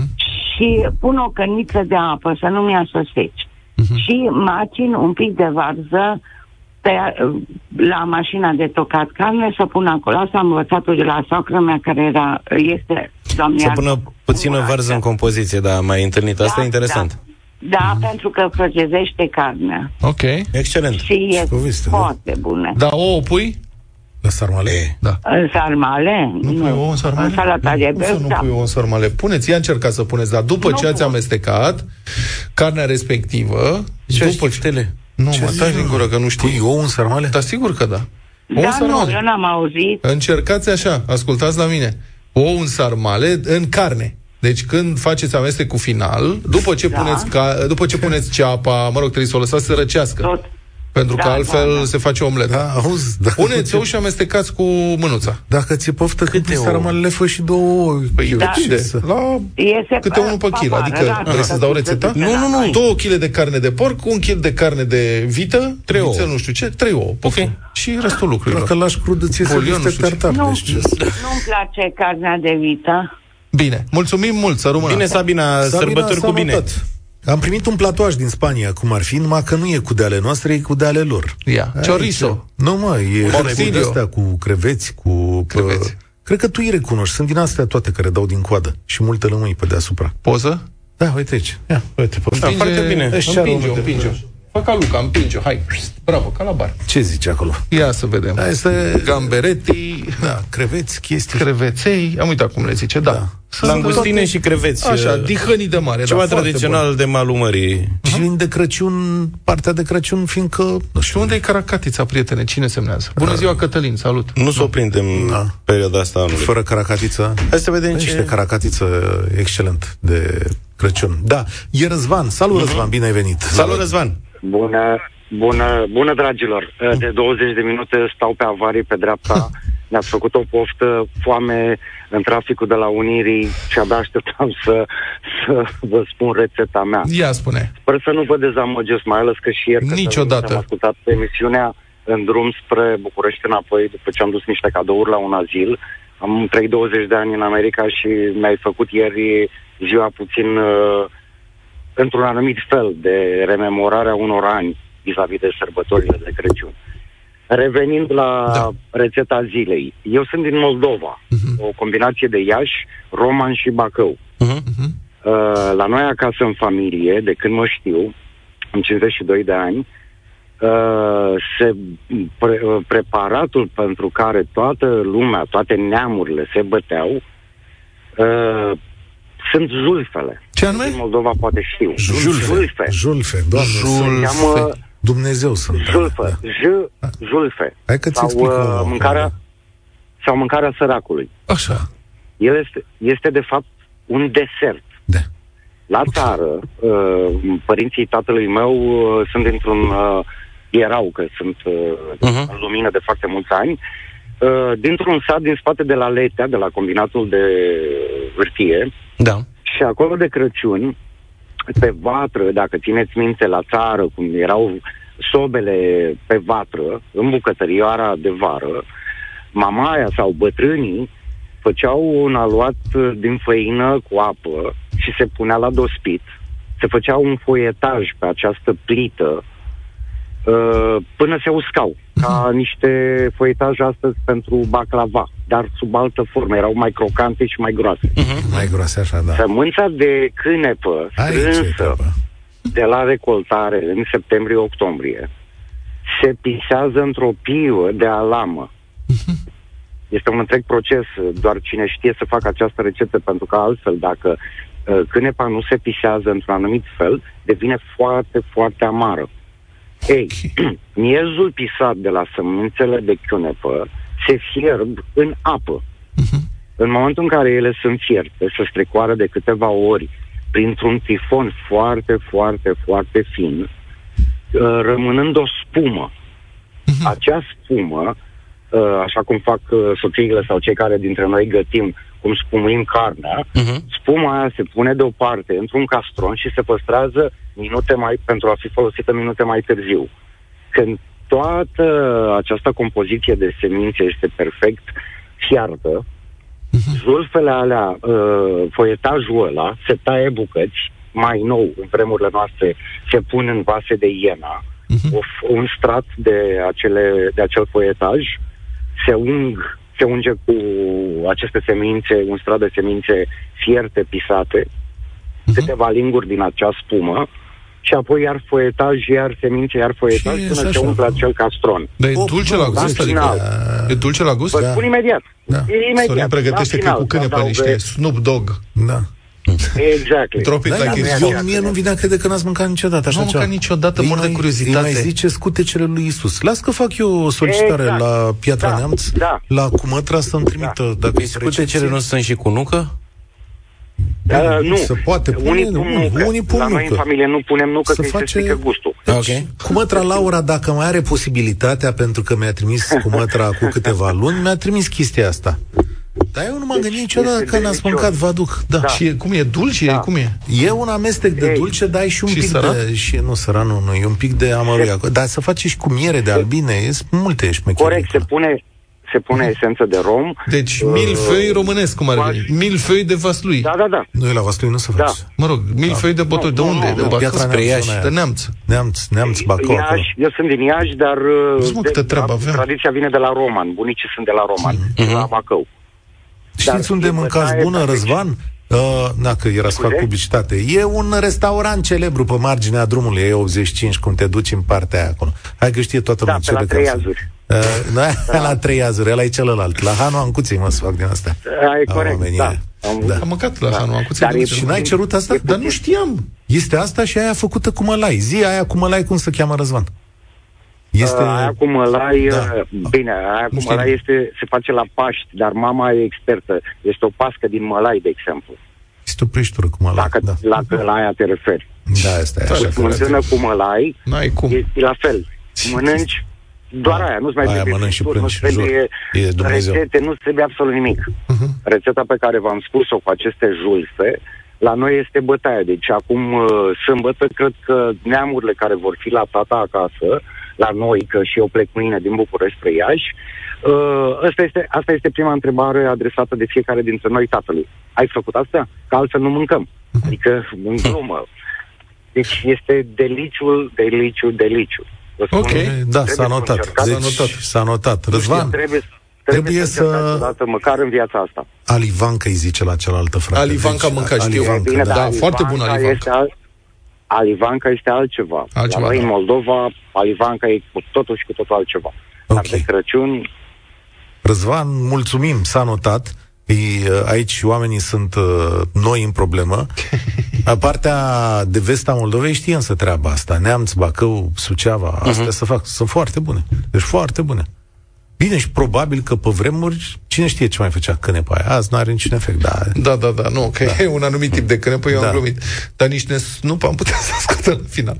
și pun o căniță de apă să nu-mi iasă seci.
Mhm.
Și macin un pic de varză pe, uh, la mașina de tocat carne să pun acolo. Asta am învățat-o de la soacră mea care era, este doamna
Să pună puțină varză în compoziție, da, am mai întâlnit. Asta
da,
e interesant.
Da, da pentru că frăgezește carnea.
Ok.
Excelent.
Și e
poveste, da.
foarte bună.
Da, ouă pui?
La sarmale.
Da.
În sarmale?
Nu pui ouă în sarmale?
În salata de
Cum să
băf,
nu
da.
pui ouă în sarmale? Puneți, ia încercați să puneți, dar după
Nu
ce ați
pot.
amestecat carnea respectivă, după
știftele?
Nu, mă, stai din gură că nu știi.
Pui ou în sarmale?
Dar sigur că da. Ouă în
Da, nu,
sarmale.
eu n-am auzit.
Încercați așa, ascultați la mine. Ou în sarmale, în carne. Deci când faceți amestec cu final, după ce,
Da.
puneți, ca, după ce puneți ceapa, mă rog, trebuie să o lăsați să răcească.
Tot.
Pentru
Da,
că
da,
altfel
da.
se face omletă.
Da, auzi, dacă
Puneți
ți-e-
ou și amestecați cu mânuța.
Dacă ți-e poftă cât
Câte
de
ouă?
sarmalele, fă și două ouă.
Păi
Da.
depinde. La
Iese
câte
uh,
unul pe kil.
papară,
Adică
da,
vrei
da,
să-ți
da,
dau
da,
rețeta?
da, da, da, da.
Două kg de carne de porc, un kg de carne de vită, trei
ouă.
ouă. nu știu ce, trei ouă.
Ok.
Și restul lucrurilor.
Dacă lași crudă, ți se
Bolion, nu
este
știu ce.
tartar.
Nu,
Deci, ce să-
nu-mi place carnea de vită.
Bine. Mulțumim mult, să rămână.
Bine, Sabina,
Sabina,
sărbători
s-a
cu bine.
notat. Am primit un platoaj din Spania, cum ar fi, numai că nu e cu de ale noastre, e cu de ale lor.
Ia.
Aici.
Chorizo.
Nu, mă, e
Morcilio.
cu astea, cu creveți, cu...
Creveți.
Pă, cred că tu îi recunoști. Sunt din astea toate care dau din coadă și multe lămâi pe deasupra.
Poză?
Da, uite aici. Ia, uite, pe
Da, foarte bine.
Își ceară
Împinge-o,
un vedere.
împinge-o. Fă ca Luca, împinge-o, hai. Bravo, ca la bar.
Ce zici acolo?
Ia să vedem.
Da, este...
Gambereti,
Da, creveți, chestii.
creveței, am uitat cum le zice, da.
Da.
Sunt
Langustine și creveți.
toate- Așa,
uh,
dihănii de mare,
Ceva
da, foarte
tradițional de malul mării.
Și vin de Crăciun, partea de Crăciun, fiindcă... Nu
Și
știu,
unde e caracatița, prietene? Cine semnează? Bună ziua, Cătălin, salut.
Nu s-o prindem
Da.
perioada asta anului.
fără caracatiță. Păi,
Hai să vedem
Niște
ce...
caracatiță excelent de Crăciun. Da, e Răzvan. Salut, Răzvan, bine ai venit.
Salut, Răzvan!
Bună, bună, bună dragilor! De 20 de minute stau pe avarii pe dreapta. Ne-ați făcut o poftă, foame în traficul de la Unirii și abia așteptam să, să vă spun rețeta mea.
Ia spune.
Sper să nu vă dezamăgesc, mai ales că și ieri că
Niciodată.
am ascultat emisiunea în drum spre București înapoi, după ce am dus niște cadouri la un azil. Am trăit 20 de ani în America și mi-ai făcut ieri ziua puțin uh, într-un anumit fel de rememorarea unor ani vis-a-vis de sărbătorile de Crăciun. Revenind la
Da. Mhm.
da. rețeta zilei, eu sunt din Moldova, uh-huh. o combinație de Iași, Roman și Bacău. Uh, la noi acasă în familie, de când mă știu, am 52 de ani, uh, se, pre, uh, preparatul pentru care toată lumea, toate neamurile se băteau, uh, sunt zulfele.
Ce
În
anume?
Moldova poate știu. Julfe.
Julfe, doamne.
Jul-
Jul...
Se cheamă
Dumnezeu sunt. da.
julfă. J, julfe.
Hai că ți
Sau,
explic.
uh,
eu.
mâncarea, sau mâncarea săracului.
Așa.
El este, este de fapt un desert.
Da.
La țară, uh, părinții tatălui meu uh, sunt dintr-un... Uh, erau, că sunt uh,
Mhm.
în lumină de foarte mulți ani, uh, dintr-un sat din spate de la Letea, de la combinatul de vârtie,
Da.
și acolo de Crăciun, pe vatră, dacă țineți minte, la țară, cum erau sobele pe vatră, în bucătărioara de vară, mamaia sau bătrânii făceau un aluat uh, din făină cu apă și se punea la dospit. Se făcea un foietaj pe această plită uh, până se uscau, ca niște foietaje astăzi pentru baclava, dar sub altă formă, erau mai crocante și mai groase.
Mai groase așa, da.
Sămânța de cânepă
Aici e
strânsă
treaba.
de la recoltare în septembrie-octombrie se pisează într-o piuă de alamă. Este un întreg proces, doar cine știe să facă această rețetă, pentru că altfel, dacă uh, cânepa nu se pisează într-un anumit fel, devine foarte, foarte amară. Ei, miezul pisat de la sămânțele de cânepă se fierb în apă. În momentul în care ele sunt fierte, se strecoară de câteva ori printr-un tifon foarte, foarte, foarte fin, uh, rămânând o spumă. Acea spumă, uh, așa cum fac uh, soțiile sau cei care dintre noi gătim, cum spumuim carnea, spuma aia se pune deoparte într-un castron și se păstrează minute mai, pentru a fi folosită minute mai târziu. Când toată această compoziție de semințe este perfect fiartă, Zulfele alea, uh, foietajul ăla, se taie bucăți, mai nou, în vremurile noastre, se pun în vase de iena,
Mhm.
uh-huh. o, f- un strat de, acele, de acel foietaj, se ung, se unge cu aceste semințe, un strat de semințe fierte, pisate,
Mhm.
uh-huh. câteva linguri din acea spumă, și apoi iar foietaj, iar semințe, iar foietaj,
Și
până
ies
se
așa.
umple acel castron.
Dar e
Opt,
dulce
nu,
la gust, adică...
la final.
E dulce la gust?
Vă spun imediat.
Da.
Imediat.
Sorin pregătește,
La
cred, cu
final, da,
câine pe
adaugă-
niște Snoop Dogg.
Da.
Exact.
Tropic
Da,
la
eu-
chestii.
eu, mie nu vine crede că n-ați mâncat niciodată așa
N-am mâncat
ceva.
niciodată,
Îi
mor de
mai-
curiozitate.
Îi mai zice scutecele lui Isus. Las că fac eu o solicitare
Exact.
la Piatra
Da,
Neamț,
da.
la Cumătra să-mi trimită, dacă e
Scutecele nu sunt și cu nucă?
Bine,
Uh, nu.
Se poate pune,
unii pun nucă.
unii pun
La noi în
nucă.
familie nu punem nucă,
Se
că face... se strică gustul.
Deci,
Ok.
Cumătra Laura, dacă mai are posibilitatea, pentru că mi-a trimis cumătra cu câteva luni, mi-a trimis chestia asta. Dar eu nu m-am gândit niciodată
Deci este
că n-ați
delicios.
mâncat, vă aduc. Da.
Și e, cum e dulce? Da. Cum e?
E un amestec de
Ei,
dulce, dar ai și un
și
pic
sărat?
de... Și, nu, săranul nu, e un pic de amăruia. Dar să faci și cu miere de albine, e sunt multe șmecherii. Mhm.
Corect, se pune, se pune esență de rom.
Deci milfei românesc, cum ar veni. Milfei de vaslui.
Da, da, da.
Noi la Vaslui nu se
Da.
face.
Mă rog, milfei de botoi. De
nu,
unde?
nu,
De
nu,
Bacău?
Piatra
Spre
Neamț,
Iași.
zona
De
aia.
Neamț.
Neamț, neamț, Bacău, acolo.
Iași, eu sunt din Iași, dar
Vezi, mă, câtă treabă aveam.
tradiția vine de la Roman. Bunicii sunt de la Roman,
Mhm.
mm-hmm. la Bacău. Dar
Știți unde
e
mâncați
bătaie,
bună,
dar
Răzvan? Uh, na, că era să fac
Scuze?
publicitate. E un restaurant celebru pe marginea drumului E85, cum te duci în partea aia acolo. Hai că știe toată
Da,
lumea.
pe la
ce
Trei
recapsul.
Iazuri.
Uh, da, la trei azuri, ăla e celălalt. La Hanu Ancuței mă să fac din asta.
Da, e
Am
corect,
omenire.
da. Am-
da.
Am mâncat la Hanu Acuțe.
Dar
de
e-
dulce.
Și n-ai cerut asta?
Dar nu știam.
Este asta și aia făcută cu mălai. Zi aia cu mălai, cum se cheamă Răzvan? Este...
Aia cu mălai,
Da.
da. bine, aia cu
Nu știu.
mălai este, se face la Paști, dar mama e expertă. Este o pască din mălai, de exemplu,
Este o prăjitură cu mălai.
dacă
da.
da. la, la aia te referi.
da, asta e
Da,
așa.
da.
Mântână cu mălai,
N-ai cum.
e, e la fel. Mănânci doar aia, nu-ți mai
Da. Aia
trebuie
mănânci și
fripturi,
plângi,
nu-ți trebuie
jur. E Dumnezeu. Mhm.
rețete, nu-ți trebuie absolut nimic. Rețeta pe care v-am spus-o cu aceste julse, la noi este bătaia. Deci acum uh, sâmbătă, cred că neamurile care vor fi la tata acasă, la noi, că și eu plec mâine din București spre Iași, uh, asta, este, asta este prima întrebare adresată de fiecare dintre noi tatălui. Ai făcut asta? Că altfel nu mâncăm.
Mhm.
Adică, în glumă. Deci este deliciul, deliciu, deliciu. Vă spun,
Ok,
Da,
trebuie
s-a
să
notat.
încercați.
Deci,
S-a notat.
s-a notat. Răzvan,
Trebuie, trebuie,
Trebuie
trebuie
să-
să... încercați odată, măcar în viața asta.
Alivanca îi zice la cealaltă frate.
Alivanca
Deci,
mânca, știu.
Alivanca,
Bine,
da.
da. foarte bună Alivanca.
Este al... Alivanca este altceva.
Altceva,
La noi,
da.
în Moldova, Alivanca e cu totul și cu totul altceva. Dar
Ok.
de Crăciun,
Răzvan, mulțumim, s-a notat. E, aici oamenii sunt uh, noi în problemă. A, Partea de vest a Moldovei știe însă treaba asta. Neamț, Bacău, Suceava,
Mhm.
astea se fac. Sunt foarte bune. Deci foarte bune. Bine, și probabil că pe vremuri, cine știe ce mai făcea cânepa aia. Azi n-are niciun efect, dar
Da, da, da, nu, că e un anumit tip de crepă, eu
Da.
am glumit. Dar nici ne, nu am putea să ascultăm la final.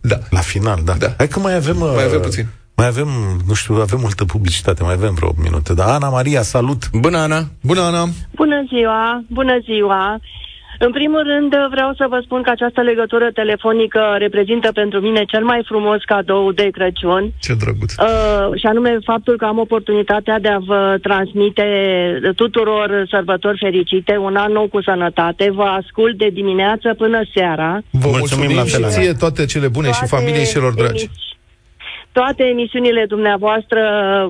Da.
La final, da.
Da.
Hai că mai avem... uh,
Mai avem puțin.
Mai avem, nu știu, avem multă publicitate, mai avem vreo 8 minute. Dar Ana Maria, salut!
Bună, Ana!
Bună, Ana!
Bună ziua, bună ziua. În primul rând vreau să vă spun că această legătură telefonică reprezintă pentru mine cel mai frumos cadou de Crăciun.
Ce drăguț!
Uh, și anume faptul că am oportunitatea de a vă transmite tuturor sărbători fericite, un an nou cu sănătate. Vă ascult de dimineață până seara.
Vă
Mulțumim
mulțumim,
la fel,
și
Ana.
ție toate cele bune și familiei și celor dragi.
emisi- Toate emisiunile dumneavoastră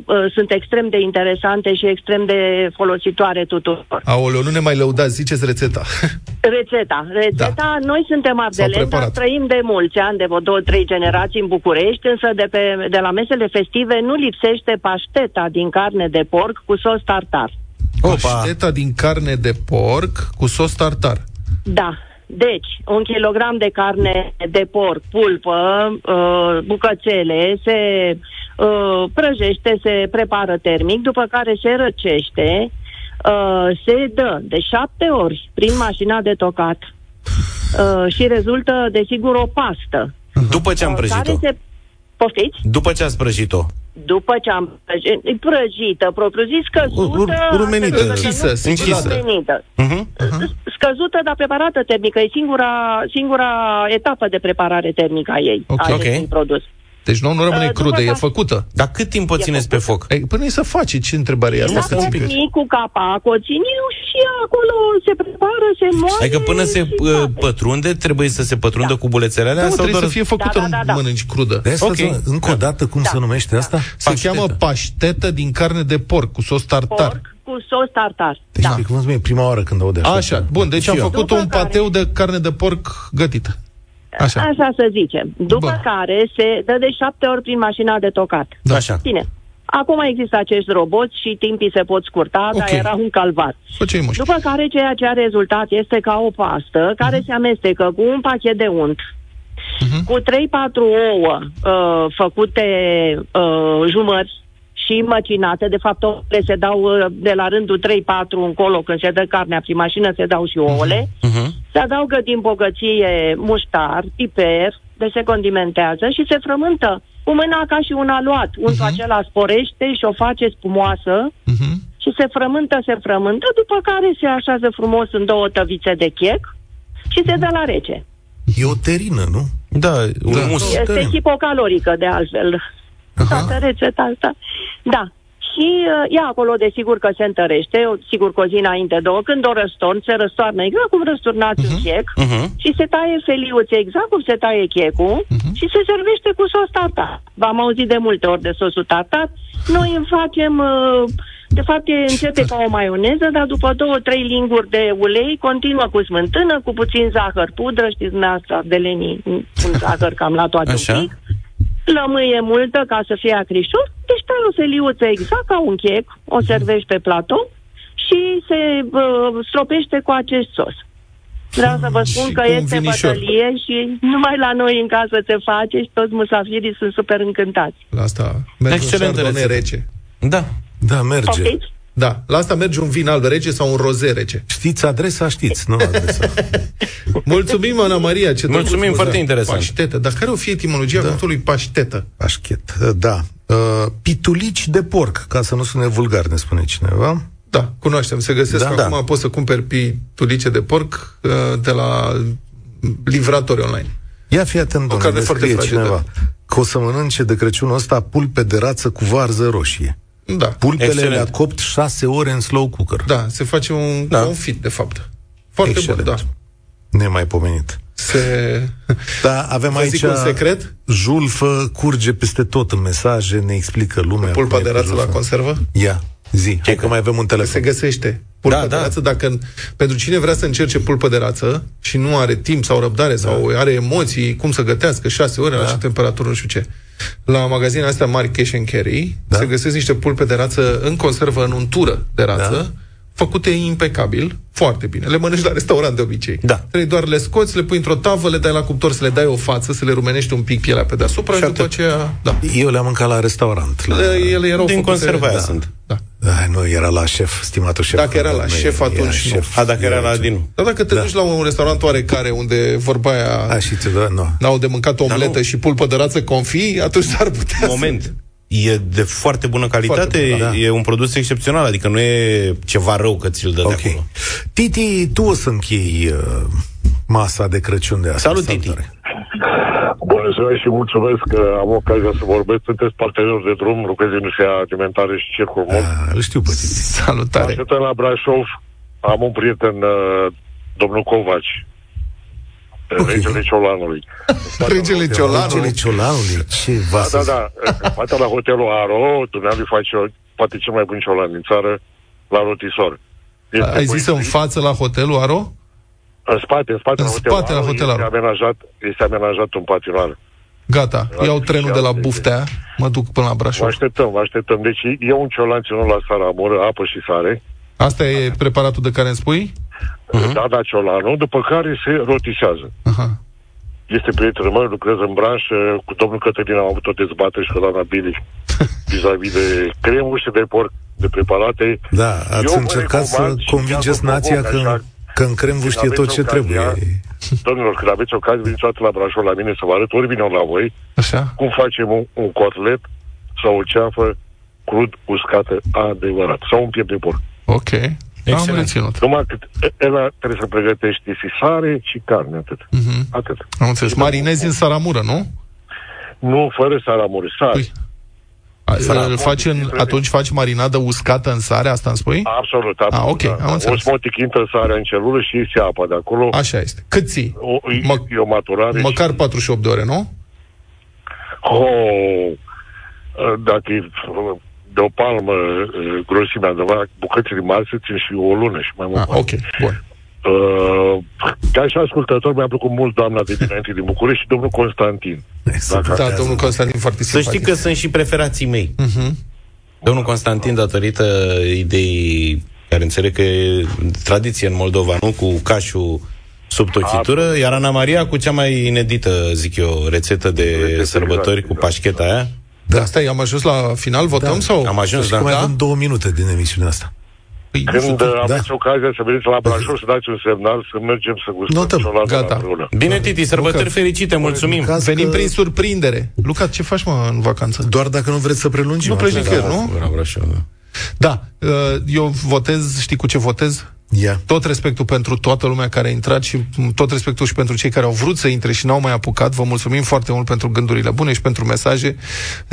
uh, sunt extrem de interesante și extrem de folositoare tuturor.
Aoleu, nu ne mai lăudați, ziceți rețeta.
Rețeta. Rețeta, da. noi suntem abdeleni, dar
preparat.
trăim de mulți ani, de vreo două, trei generații în București, însă de, pe, de la mesele festive nu lipsește pașteta din carne de porc cu sos tartar.
Pașteta din carne de porc cu sos tartar.
Da. Deci, un kilogram de carne de porc, pulpă, uh, bucățele, se uh, prăjește, se prepară termic, după care se răcește, uh, se dă de șapte ori prin mașina de tocat uh, și rezultă, desigur, o pastă.
După ce am prăjit-o.
Care Păi, se... Poftiți?
După ce ați prăjit-o.
După ce am prăjit- e prăjită, propriu-zis, scăzută...
Ur- urmenită.
astfel încât
Închisă,
nu-
sigilată.
Urmenită.
Uh-huh.
Scăzută, dar preparată termică. E singura, singura etapă de preparare termică a ei, Adică
Ok.
a acestui
Ok.
produs.
Deci nu, nu rămâne
Uh, după
crudă, e
ca-
făcută.
Dar cât timp o țineți pe foc?
Ei, până ei să face, ce întrebare e asta?
La
Să ții pe-
termic cu capa, cu ținiu și acolo se prepară, se moare
Adică până se
și
uh,
toate.
pătrunde, trebuie să se pătrundă cu bulețele
Da,
alea?
mă,
sau
trebuie
doar...
să fie făcută,
Da, da, da, da.
nu mănânci crudă.
De asta,
Ok.
okay. încă o dată, cum se numește asta?
Se
Pașteta.
cheamă paștetă din carne de porc cu sos tartar.
Porc cu sos tartar.
Deci,
da.
da. cum spune, prima oară când aud de așa.
Așa, bun, deci am
Eu.
făcut
După
un
care-
pateu de carne de porc gătită.
Așa.
Așa.
să zicem. După
Bun.
care se dă de șapte ori prin mașina de tocat.
Da. Așa.
Bine. Acum există acești roboți și timpii se pot scurta, okay.
Ok.
dar era un calvar.
Făceai mușchi.
După care ceea ce a rezultat este ca o pastă care se amestecă cu un pachet de unt,
Hmm?
cu 3-4 ouă uh, făcute uh, jumări și măcinate. De fapt, ouăle se dau uh, de la rândul 3-4 încolo, când se dă carnea prin mașină, se dau și ouăle. Se adaugă din bogăție muștar, piper, deci se condimentează și se frământă cu mâna ca și un aluat. Untul acela sporește și o face spumoasă și se frământă, se frământă, după care se așează frumos în două tăvițe de chec și se dă la rece.
E o terină, nu?
Da, un da. mus.
Este hipocalorică, de altfel. Toată rețeta asta. Da. Și uh, ea acolo, desigur că se întărește, o- sigur că o zi înainte, două, când o răstorn, se răstoarnă exact cum răsturnați uh-huh. un chec uh-huh. și se taie feliuțe exact cum se taie checul
Hmm?
uh-huh. și se servește cu sos tartar. V-am auzit de multe ori de sosul tartar. Noi îl facem, uh, de fapt, e începe ca o maioneză, dar după două, trei linguri de ulei, continuă cu smântână, cu puțin zahăr, pudră, știți dumneavoastră, de lenii, un zahăr cam la toate
Așa.
un pic lămâie multă ca să fie acrișor, deci tai o seliuță exact ca un chec,
Mhm.
o servești pe platou și se uh, stropește cu acest sos. Vreau să vă spun
Și
că
cu un
este
vinișor.
bătălie și numai la noi în casă se face și toți musafirii sunt super încântați.
La asta merge
Excelentă
un chardonnay
rețetă.
rece.
Da.
Da, merge.
Poftiți?
Da, la asta merge un vin alb rece sau un roze rece.
Știți adresa, știți, nu adresa.
Mulțumim, Ana Maria, ce
Mulțumim,
drăguț,
foarte
da.
interesant.
Paștetă. Dar care o fi etimologia da. cuvântului paștetă?
Pașchet, da. Uh, pitulici de porc, ca să nu sune vulgar, ne spune cineva.
Da, cunoaștem. Se găsesc
Da,
da,
da.
acum, da. poți să cumperi pitulice de porc uh, de la livratori online.
Ia fi atent, domnule,
carne foarte
descrie
fragedă.
cineva. Că o să mănânce de Crăciunul ăsta pulpe de rață cu varză roșie.
Da,
Pulpele
Excelent.
le-a copt șase ore în slow cooker.
da, se face un
Da.
da. confit, de fapt. Foarte
Excelent.
bun, da.
Nemaipomenit.
Se...
Da, avem
Vă
aici...
zic un secret?
Julfă curge peste tot în mesaje, ne explică lumea.
Pulpa
cum e
de
cu
rață la
julfă.
conservă?
Ia, zi, hai că mai avem un telefon.
se găsește pulpă
Da,
da, de
da.
rață. Dacă, pentru cine vrea să încerce pulpă de rață și nu are timp sau răbdare da. sau are emoții, cum să gătească șase ore da. la ce temperatură, nu știu ce. La magazine astea mari cash and carry da. se găsesc niște pulpe de rață în conservă, în untură de rață, da. făcute impecabil, foarte bine. Le mănânci la restaurant de obicei.
Da.
Trebuie doar le scoți, le pui într-o tavă, le dai la cuptor să le dai o față, să le rumenești un pic pielea pe deasupra și, și după aceea... Da.
Eu le-am mâncat la restaurant. La...
Ele erau
Din
făcute-
conserva aia
da.
sunt.
Da.
Ah, nu, era la șef, stimatul șef.
Dacă era la șef, atunci nu.
A, dacă era la Dinu.
Dar dacă
Da.
te da. duci la un restaurant oarecare unde vorba aia
A, și tu, da, nu.
n-au de mâncat omletă
nu.
și pulpă de rață confi, atunci s-ar putea
Moment. E de foarte bună calitate,
Foarte
bună, da.
e un produs excepțional, adică nu e ceva rău că ți-l dă
Ok.
de acolo.
Titi, tu o să închei uh, masa de Crăciun de astăzi.
Salut, Titi.
Bună ziua și mulțumesc că am ocazia să vorbesc. Sunteți parteneri de drum, lucrez în industria alimentară și circul mult.
Ah, îl știu pe Titi.
să... Salutare!
Așteptăm la Brașov, am un prieten, uh, domnul Covaci, okay. regele Ciolanului.
Regele Ciolanu,
Regele Ciolanului, ce va
Da, da, da. Fata la hotelul Aro, dumnealui face o- poate cel mai bun ciolan din țară, la rotisor. Este
ai zis
pui-
în față la hotelul Aro?
în spate, în spate,
În
la hotelul
spate la
Aro,
hotelul
este,
Aro.
amenajat, este amenajat un patinoar.
Gata,
La
iau trenul de la
Artificial,
Buftea, mă duc până la
Vă
Brașov.
așteptăm, vă așteptăm. Deci e un ciolan ținut la saramură, apă și sare,
Asta e preparatul de care îmi spui?
Mhm.
uh-huh. da, da, ciolanul, după care se rotisează.
Aha.
Este prietenul meu, lucrez în branșă, cu domnul Cătălin am avut o dezbatere și cu doamna Bilic vis-a-vis de cremuri și de porc de preparate.
Da, ați
vă
încercat să
recomand și
convingeți
chiar vă
nația
provoc,
că,
așa.
că în Cremvu
Când
știe tot
aveți
ce
ocazia,
trebuie.
Domnilor, când aveți ocazie, veniți o dată la Brașov la mine să vă arăt, ori vine la voi,
Așa?
cum facem un, un cotlet sau o ceafă crud uscată adevărat, sau un piept de porc.
Ok. Am
Excelent.
reținut.
Numai cât ăla trebuie să pregătești și sare și carne, atât.
Mhm.
Atât.
Am înțeles. Marinezi în saramură, nu?
Nu fără saramuri, sare.
Pui. A, îl faci în, atunci faci marinadă uscată în sare, asta îmi spui?
Absolut, absolut. da,
Ah, ok, am înțeles.
Osmotic intră sarea în celulă și iese apa de acolo.
Așa este. Cât ții?
O,
Mă-
e o maturare
Măcar 48 de ore, nu?
Oh, dacă e de o palmă uh, grosimea undeva, bucățile mari se țin și o lună și mai mult.
Ah, ok, bun.
Uh, ca și ascultător mi-a plăcut mult doamna de dinainte din București și domnul Constantin.
Exact.
Super.
Da, domnul Constantin, foarte
Să
simpatic.
știi că sunt și preferații mei. Mhm. Domnul Constantin, datorită ideii care înțeleg că e tradiție în Moldova, nu? Cu cașul sub tochitură, iar Ana Maria cu cea mai inedită, zic eu, rețetă de
Rețetă,
sărbători
exact,
cu
exact.
pașcheta aia.
Da. Asta e, am ajuns la final, votăm da. Păi, sau?
Am ajuns,
Știi că mai avem două minute din emisiunea asta.
Păi,
Da.
Când uh, aveți
Da.
ocazia să veniți la Brașov, să dați un semnal, să mergem să gustăm
Notăm,
ciolanul
gata.
împreună.
Bine, Titi, sărbători
Luca.
fericite, mulțumim!
Caz
Venim
că-
prin surprindere. Luca, ce faci, mă, în vacanță?
Doar dacă nu vreți să prelungim.
Nu pleci
atunci.
nicăieri, nu?
Bravo, Brașov, da.
Da, uh, eu votez, știi cu ce votez?
Ia.
Tot respectul pentru toată lumea care a intrat și m, tot respectul și pentru cei care au vrut să intre și n-au mai apucat. Vă mulțumim foarte mult pentru gândurile bune și pentru mesaje.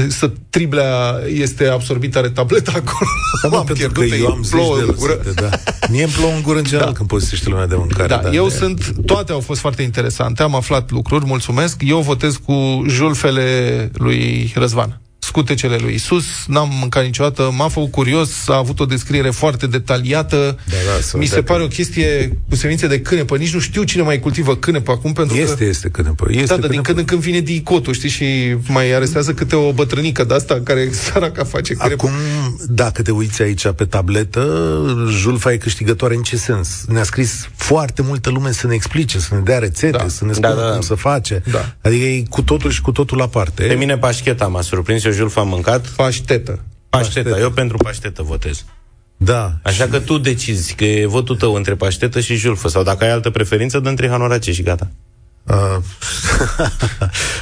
Să triblea este absorbită, are tableta acolo.
Da, mă, pentru că eu am zeci de lăsate, da. Mie îmi plouă în gură în general da. când pozisește lumea de mâncare.
Da, eu sunt, toate au fost foarte interesante, am aflat lucruri, mulțumesc. Eu votez cu julfele lui Răzvan. Scutecele lui Isus, n-am mâncat niciodată, m-a făcut curios, a avut o descriere foarte detaliată. Da,
da, să
Mi
vedem.
se pare o chestie cu semințe de cânepă, nici nu știu cine mai cultivă cânepă acum, pentru
Este,
că...
este cât îmi este
Da, dar din
îmi-
când în când vine dicotul, știi, și mai arestează câte o bătrânică de asta care săraca face crepă.
Acum, dacă te uiți aici pe tabletă, Julfa e câștigătoare în ce sens? Ne-a scris foarte multă lume să ne explice, să ne dea rețete,
Da.
să ne spună
Da, da, da.
cum să face.
Da.
Adică e cu totul și cu totul aparte.
Pe mine pașcheta m-a surprins, eu julf am mâncat.
Paștetă.
Pașteta, eu pentru paștetă votez.
Da.
Așa că tu decizi că e votul tău între paștetă și julfă sau dacă ai altă preferință, dă între hanorace și gata.
Uh,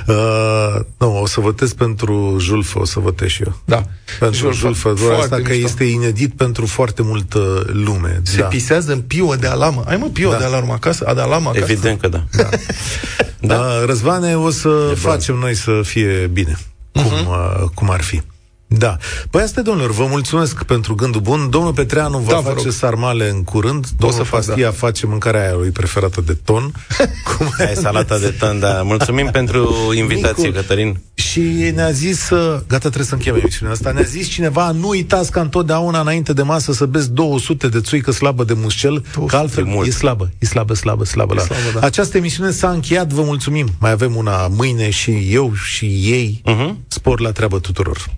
uh, nu, o să votez pentru Julfă, o să votez și eu.
Da.
Pentru
Julfa.
Julfă, doar
Foarte
asta că
mișto.
este inedit pentru foarte multă lume.
Se
da.
pisează în piuă de alamă. Ai mă piuă
Da.
de alarmă acasă? A, de alamă acasă?
Evident că da.
Da. Răzvane, o să facem noi să fie bine, cum, uh-huh. uh, cum ar fi. Da. Păi asta, e, domnilor, vă mulțumesc pentru gândul bun. Domnul Petreanu va
Da,
da,
vă
face
rog.
sarmale în curând. Domnul
să fac,
Fastia da. face mâncarea aia lui preferată de ton. cum
Ai salata de tanda. Mulțumim pentru invitație, Cătălin.
Și ne-a zis, uh, gata, trebuie să încheiem emisiunea asta, ne-a zis cineva, nu uitați ca întotdeauna înainte de masă să beți 200 de țuică slabă de muscel, că altfel
e mult.
e slabă, e slabă, slabă, slabă. La. slabă da. Această emisiune s-a încheiat, vă Mhm. mulțumim. Mai avem una mâine și eu și ei. Uh-huh. Spor la treabă tuturor.